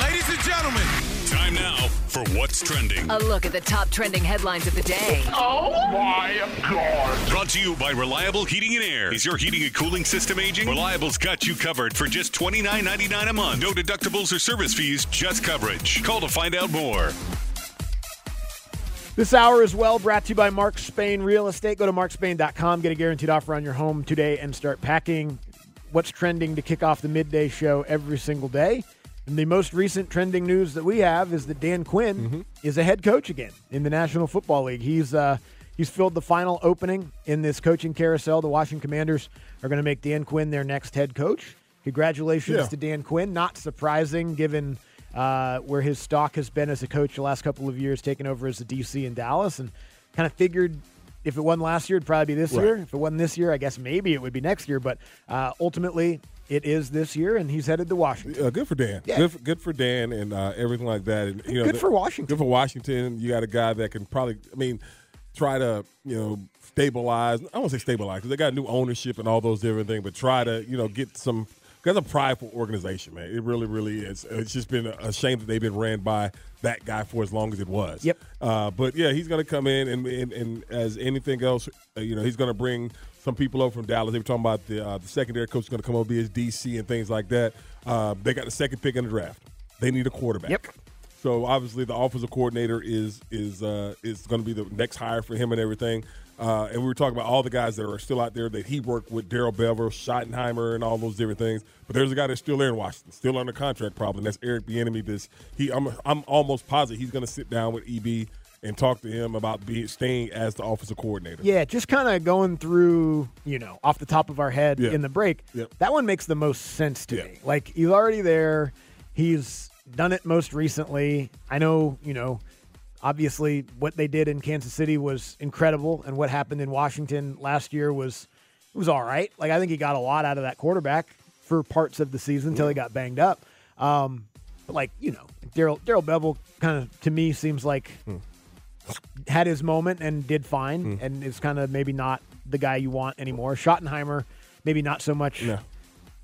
Ladies and gentlemen, time now for what's trending. A look at the top trending headlines of the day. Brought to you by Reliable Heating and Air. Is your heating and cooling system aging? Reliable's got you covered for just $29.99 a month. No deductibles or service fees, just coverage. Call to find out more. This hour is well brought to you by Mark Spain Real Estate. Go to markspain.com, get a guaranteed offer on your home today, and start packing what's trending to kick off the midday show every single day. And the most recent trending news that we have is that Dan Quinn is a head coach again in the National Football League. He's uh, he's filled the final opening in this coaching carousel. The Washington Commanders are going to make Dan Quinn their next head coach. Congratulations Yeah. to Dan Quinn. Not surprising given uh, where his stock has been as a coach the last couple of years, taking over as a DC in Dallas, and kind of figured if it wasn't last year, it'd probably be this Right. year. If it wasn't this year, I guess maybe it would be next year. But uh, ultimately, it is this year, and he's headed to Washington. Uh, good for Dan. Yeah. Good, for, good for Dan and uh, everything like that. And you know, Good the- for Washington. Good for Washington. You got a guy that can probably, I mean, try to you know stabilize. I won't say stabilize because they got new ownership and all those different things, but try to you know get some. Because a prideful organization, man. It really, really is. It's just been a shame that they've been ran by that guy for as long as it was. Yep. Uh, but yeah, he's going to come in and, and, and as anything else, uh, you know, he's going to bring some people over from Dallas. They were talking about the uh, the secondary coach is going to come over be his DC and things like that. Uh, they got the second pick in the draft. They need a quarterback. Yep. So obviously the offensive coordinator is is uh, is going to be the next hire for him and everything. Uh, and we were talking about all the guys that are still out there that he worked with, Daryl Bevel, Schottenheimer, and all those different things. But there's a guy that's still there in Washington, still under contract, probably. And that's Eric Bieniemy. This he, I'm I'm almost positive he's going to sit down with EB and talk to him about being staying as the offensive coordinator. Yeah, just kind of going through, you know, off the top of our head Yeah. in the break. Yep. That one makes the most sense to Yeah. me. Like he's already there. He's done it most recently. I know, you know, obviously what they did in Kansas City was incredible and what happened in Washington last year was it was all right. Like I think he got a lot out of that quarterback for parts of the season until he got banged up. Um but like, you know, Daryl Daryl Bevel kind of to me seems like had his moment and did fine Hmm. and is kind of maybe not the guy you want anymore. Schottenheimer, maybe not so much No.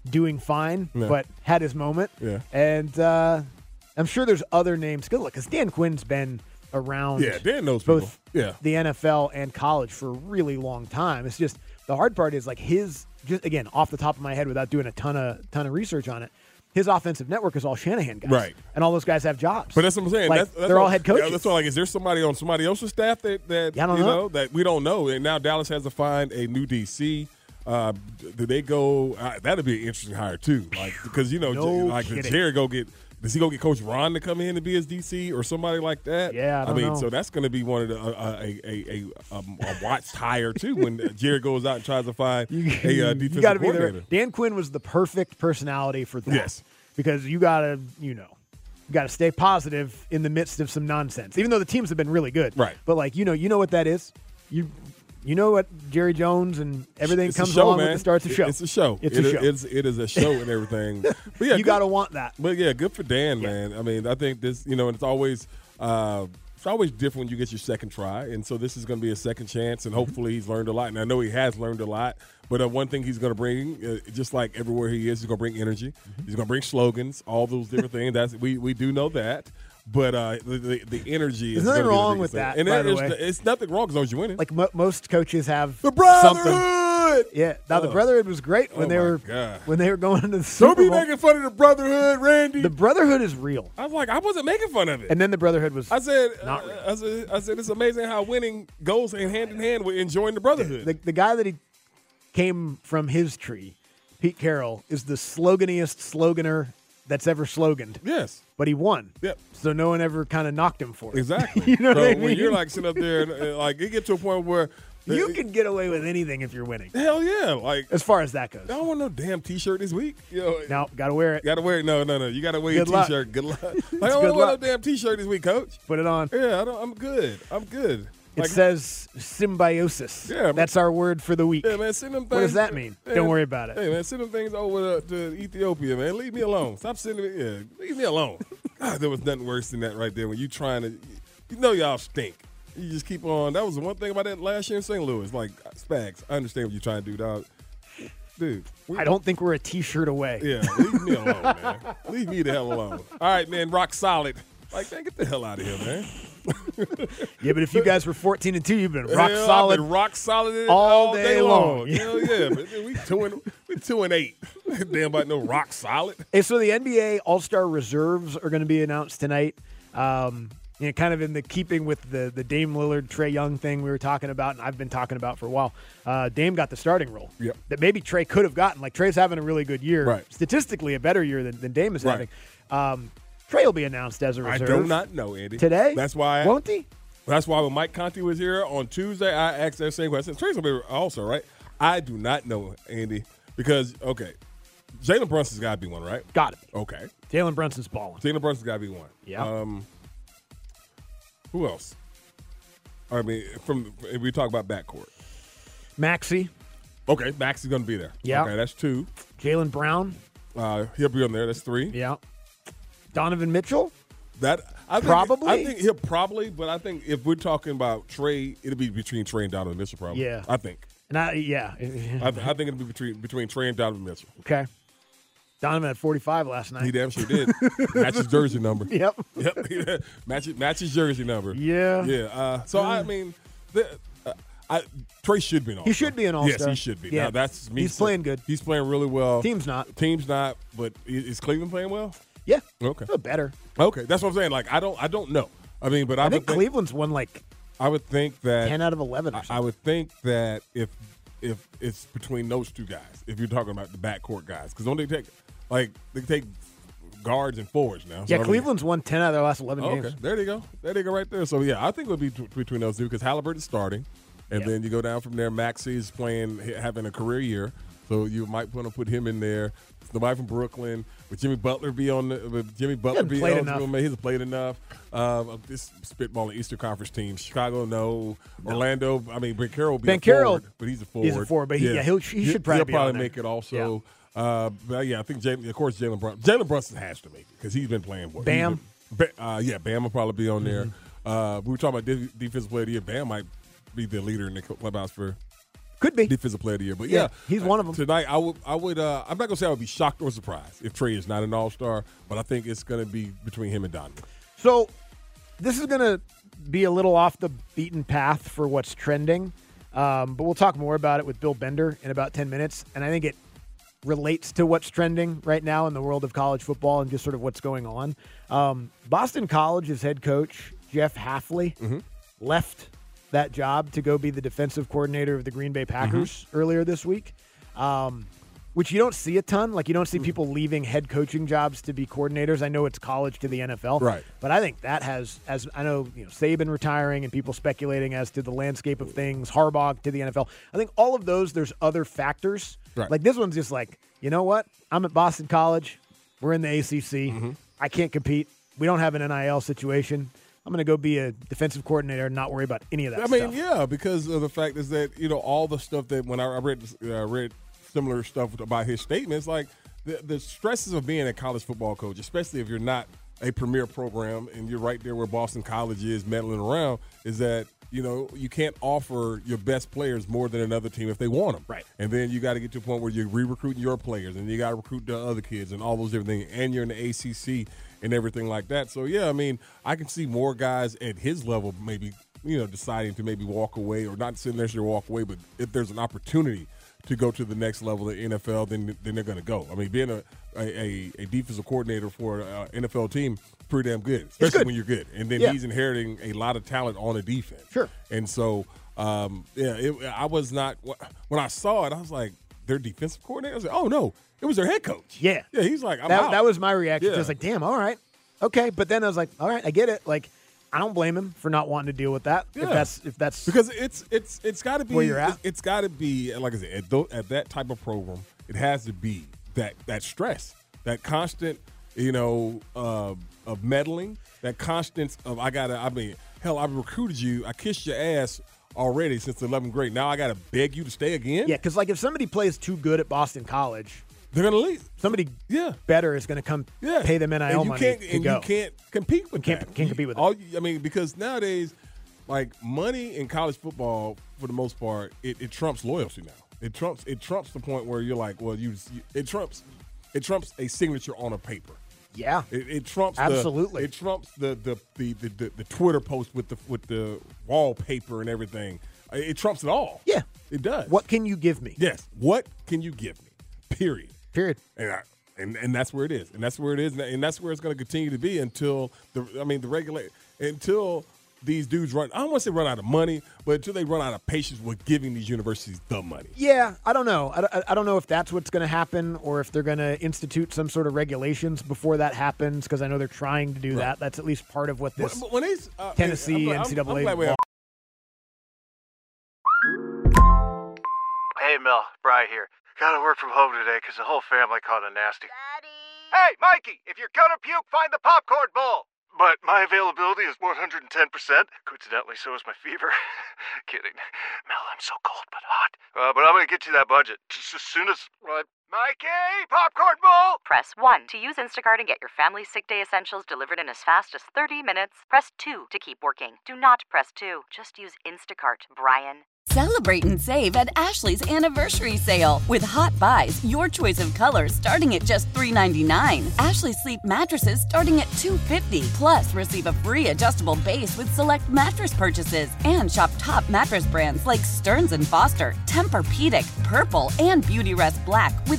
doing fine, No. but had his moment. Yeah. And uh, I'm sure there's other names. Good look, because Dan Quinn's been around Yeah, Dan knows both people. Yeah. the NFL and college for a really long time. It's just the hard part is like his just again off the top of my head without doing a ton of ton of research on it. His offensive network is all Shanahan guys, Right. And all those guys have jobs. But that's what I'm saying. Like, that's, that's they're what- all head coaches. Yeah, that's why, like, is there somebody on somebody else's staff that that Yeah, I don't you know. that we don't know? And now Dallas has to find a new DC. Uh, do they go? Uh, that'd be an interesting hire too, like because you know, No J- like kidding. does Jerry go get? Does he go get Coach Ron to come in to be his DC or somebody like that? Yeah, I don't mean, know. so that's going to be one of the uh, a a a, um, a watched hire too when Jerry goes out and tries to find a uh, defensive you got to be there. coordinator. Dan Quinn was the perfect personality for that. Yes. because you got to, you know, you got to stay positive in the midst of some nonsense. Even though the teams have been really good, Right. But like, you know, you know what that is. You, you know what Jerry Jones and everything It's a comes show, along man. with it starts a It- show. It's a show. It's It a is- show. It's, it is a show and everything. But yeah, you good- got to want that. But yeah, good for Dan, man. I mean, I think this, you know, and it's always uh, it's always different when you get your second try, and so this is going to be a second chance, Mm-hmm. and hopefully he's learned a lot. And I know he has learned a lot, but uh, one thing he's going to bring, uh, just like everywhere he is, he's going to bring energy. Mm-hmm. He's going to bring slogans, all those different things. That's we we do know that. But uh, the, the the energy There's nothing is gonna be the wrong biggest with thing. that, and by it the is- way. it's nothing wrong as long as you're winning. Like mo- most coaches have the something. brotherhood. Brotherhood. Yeah. Now the Oh. Brotherhood was great when Oh, they my were God. when they were going into the Super Don't be Bowl. making fun of the Brotherhood, Randy. the Brotherhood is real, I was like, I wasn't making fun of it. and then the Brotherhood was. I said, Not uh, real. I said, I said, it's amazing how winning goes in hand in hand with enjoying the brotherhood. the, the guy that he came from his tree, Pete Carroll, is the sloganiest sloganer that's ever sloganed. yes, But he won. Yep. So no one ever kind of knocked him for it. exactly. you know so what I when mean? you're like sitting up there, and, uh, like it get to a point where you uh, can get away with anything if you're winning, hell yeah, like I as far as that goes. don't want no damn t-shirt this week. You know, Now gotta wear it. gotta wear it. No, no, no, you gotta wear Good your luck. t-shirt. Good luck. Like, I don't good want no luck. damn t-shirt this week, coach. Put it on. Yeah, I don't, I'm good. I'm good. It Like, says symbiosis. Yeah, man. That's our word for the week. yeah, man, send them things. What does that mean? Yeah, Don't worry about it. Hey man, send them things over to, to Ethiopia, man. Leave me alone. Stop sending me. Yeah, leave me alone. God, there was nothing worse than that right there. When you trying to, you know, y'all stink. You just keep on. That was the one thing about that last year in St. Louis. Like Spags, I understand what you're trying to do, dog. Dude, we- I don't think we're a T-shirt away. Yeah, leave me alone, man. Leave me the hell alone. All right, man. Rock solid. Like, man, get the hell out of here, man. Yeah, but if you guys were 14 and two, you've been rock Hell, I've solid. been rock solid in it all all day, day long. long. Hell yeah, but we two and we two and eight. Damn, about no rock solid. Hey, so the NBA All Star reserves are going to be announced tonight. Um, you know, kind of in the keeping with the the Dame Lillard Trey Young thing we were talking about, and I've been talking about for a while. Uh, Dame got the starting role Yep. that maybe Trey could have gotten. Like Trey's having a really good year, Right. statistically a better year than, than Dame is Right. having. Um, Trey will be announced as a I reserve do not know, Andy. today. That's why. I, won't he? That's why when Mike Conti was here on Tuesday, I asked that same question. Trey's gonna be also right. I do not know, Andy, because okay, Jalen Brunson's got to be one, right? Got it. Okay, Jalen Brunson's balling. Jalen Brunson's got to be one. Yeah. Um, who else? I mean, from if we talk about backcourt, Maxi, okay, Max is gonna be there. Yeah. Okay, that's two. Jalen Brown, Uh, he'll be on there. That's three. yeah. Donovan Mitchell, That I think, Probably. I think he'll probably, but I think if we're talking about Trey, it'll be between Trey and Donovan Mitchell. Probably. Yeah. I think. and I yeah. I, th- I think it'll be between between Trey and Donovan Mitchell. Okay. Donovan had 45 last night. He damn sure did. Matches jersey number. Yep. Yep. matches matches jersey number. Yeah. Yeah. Uh, so I mean, the, uh, I, Trey should be an all. He should be an all-star. Yes, he should be. Yeah. Now, that's me. He's playing good. He's playing really well. Team's not. Team's not. But i- is Cleveland playing well? Yeah. Okay. Oh, better. Okay, that's what I'm saying. Like I don't I don't know. I mean, but I, I, would think think Cleveland's won like I would think that 10 out of 11 or I, something. I would think that if if it's between those two guys, if you're talking about the backcourt guys, because don't they take like they take guards and forwards now? So, I yeah, mean- Cleveland's won 10 out of their last 11 Oh, games. okay, there they go, there they go, right there. So yeah, I think it would be t- between those two because Halliburton's starting, and Yeah. then you go down from there. Maxie's playing, h- having a career year, so you might want to put him in there. Somebody from Brooklyn, would Jimmy Butler be on? The, would Jimmy Butler hasn't be played on? enough. Man, he's played enough. Um, this spitballing Eastern Conference team, Chicago, no. Orlando, I mean, Ben Carroll will be Ben a forward, Carroll- but he's a forward. he's a forward, but he- yeah, he'll- he should probably be on there. make it also. Uh, but yeah, I think Jalen, of course Jalen Brunson. Jalen Brunson has to make it because he's been playing well. He's Bam. Mm-hmm. been- Ba- uh, yeah, Bam will probably be on there. Uh, we were talking about de- defensive player of the year. Bam might be the leader in the clubhouse for Could be. defensive player of the year. But yeah, Yeah, he's one of 'em. Tonight, I would, I would, uh, I'm not gonna say I would be shocked or surprised if Trey is not an All Star, but I think it's gonna be between him and Donovan. So this is going to be a little off the beaten path for what's trending, um, but we'll talk more about it with Bill Bender in about 10 minutes. And I think it relates to what's trending right now in the world of college football and just sort of what's going on. Um, Boston College's head coach, Jeff Halfley, left that job to go be the defensive coordinator of the Green Bay Packers earlier this week. Um, which you don't see a ton. Like you don't see people leaving head coaching jobs to be coordinators. I know it's college to the NFL, Right. But I think that has, as I know, you know, Saban retiring and people speculating as to the landscape of things, Harbaugh to the NFL. I think all of those. There's other factors. Right. Like this one's just like, you know what? I'm at Boston College. We're in the ACC. Mm-hmm. I can't compete. We don't have an NIL situation. I'm going to go be a defensive coordinator and not worry about any of that. I mean, stuff. yeah, because of the fact is that you know all the stuff that when I I read uh, read similar stuff about his statements, like the, the stresses of being a college football coach, especially if you're not a premier program and you're right there where Boston College is meddling around, is that you know you can't offer your best players more than another team if they want them, Right. And then you got to get to a point where you're re-recruiting your players and you got to recruit the other kids and all those different things, and you're in the ACC and everything like that. So yeah, I mean, I can see more guys at his level maybe you know deciding to maybe walk away or not necessarily walk away, but if there's an opportunity to go to the next level in NFL than than they're going to go. I mean, being a a, a, a defensive coordinator for an NFL team, pretty damn good, especially good. when you're good. And then Yeah. he's inheriting a lot of talent on the defense. Sure. And so, um, yeah, it, I was not when I saw it. I was like, their defensive coordinator. I was like, oh no, it was their head coach. Yeah. yeah. He's like, I'm that, out. that was my reaction. Yeah. Just like, damn, all right, okay. But then I was like, all right, I get it. Like, I don't blame him for not wanting to deal with that. Yeah. If that's if that's because it's it's it's got to be Where you're at? it's- it's got to be like I said at, tho- at that type of program, it has to be that that stress, that constant, you know, uh, of meddling, that constant of I gotta. I mean, hell, I've recruited you, I kissed your ass already since the 11th grade. Now I gotta beg you to stay again. yeah, because like if somebody plays too good at Boston College, they're gonna leave. somebody Yeah. better is going to come Yeah, pay them nil and you money Can't, to and go. you can't compete with Can't- that. can't compete with You- it. all. you- I mean, because nowadays, like money in college football, for the most part, it, it trumps loyalty now. It trumps it trumps the point where you're like, well, you, you it trumps it trumps a signature on a paper. yeah, It, it trumps Absolutely. The, it trumps the the, the, the the the Twitter post with the with the wallpaper and everything. It trumps it all. yeah, it does. What can you give me? Yes. What can you give me? Period. Period. And I, and and that's where it is. And that's where it is. And that's where it's going to continue to be until the I mean the regulate until these dudes run. I don't want to say run out of money, but until they run out of patience with giving these universities the money. Yeah, I don't know. I, I- I don't know if that's what's going to happen or if they're going to institute some sort of regulations before that happens because I know they're trying to do that. That's at least part of what But- this. but when they s- uh, Tennessee, I'm glad- I'm- NCAA I'm glad we have- Hey, Mel, Bry here. Gotta work from home today 'cause the whole family caught a nasty. Daddy. Hey, Mikey, if you're gonna puke, find the popcorn bowl. But my availability is 110%. Coincidentally, so is my fever. Kidding. Mel, I'm so cold but hot. Uh, but I'm gonna get you that budget just as soon as. Uh, Mikey, popcorn bowl! Press 1 to use Instacart and get your family's sick day essentials delivered in as fast as 30 minutes. Press 2 to keep working. Do not press 2. Just use Instacart, Brian. Celebrate and save at Ashley's anniversary sale with hot buys, your choice of colors starting at just $3.99. Ashley Sleep mattresses starting at $2.50. Plus, receive a free adjustable base with select mattress purchases and shop top mattress brands like Stearns and Foster, Tempur-Pedic, Purple, and Beautyrest Black with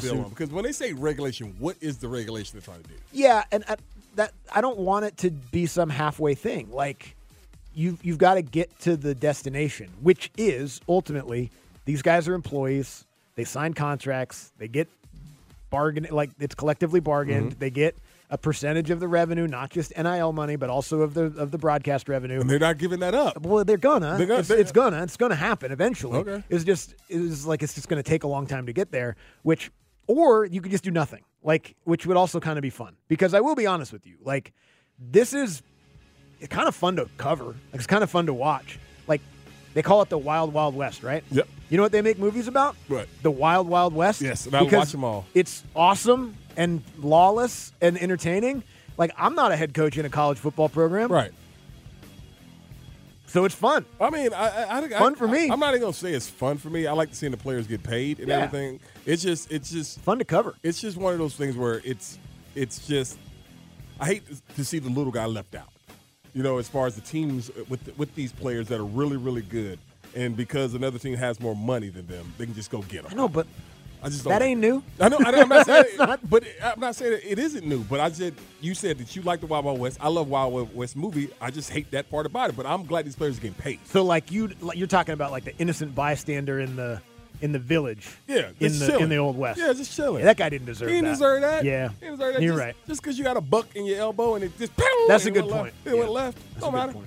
Bill on, because when they say regulation, what is the regulation they're trying to do? Yeah, and I, that I don't want it to be some halfway thing. Like you you've got to get to the destination, which is ultimately these guys are employees. They sign contracts. They get bargain like it's collectively bargained. They get a percentage of the revenue, not just NIL money, but also of the of the broadcast revenue. And they're not giving that up. Well, they're gonna. They're gonna- it's, they're- it's gonna. It's gonna happen eventually. Okay. It's just it's like it's just gonna take a long time to get there. Which, or you could just do nothing. Like, which would also kind of be fun because I will be honest with you. Like, this is it's kind of fun to cover. Like, it's kind of fun to watch. Like, they call it the Wild Wild West, right? Yep. You know what they make movies about? What? The Wild Wild West. Yes, and I Because watch 'em all. It's awesome and lawless and entertaining. Like, I'm not a head coach in a college football program, Right. so it's fun. I mean, I, I, I Fun for me. I, am not even gonna say it's fun for me. I like seeing the players get paid and Yeah. everything. It's just, it's just Fun to cover. it's just one of those things where it's it's just I hate to see the little guy left out. You know, as far as the teams with with these players that are really really good, and because another team has more money than them, they can just go get them. I know, but I just don't that like ain't it. new. I know. I know I'm not saying That's not- but I'm not saying it isn't new. But I just you said that you like the Wild Wild West. I love Wild Wild West movie. I just hate that part about it. But I'm glad these players are getting paid. So like you, like you're talking about like the innocent bystander in the in the village. Yeah, in just the chilling. in the old west. Yeah, just chilling. Yeah, that guy didn't deserve He didn't that. deserve that. Yeah, he didn't deserve that. You're just, right. Just because you got a buck in your elbow and it just pow, That's and a it good went point. Left. It went Yeah. left. That's a Don't good matter. point.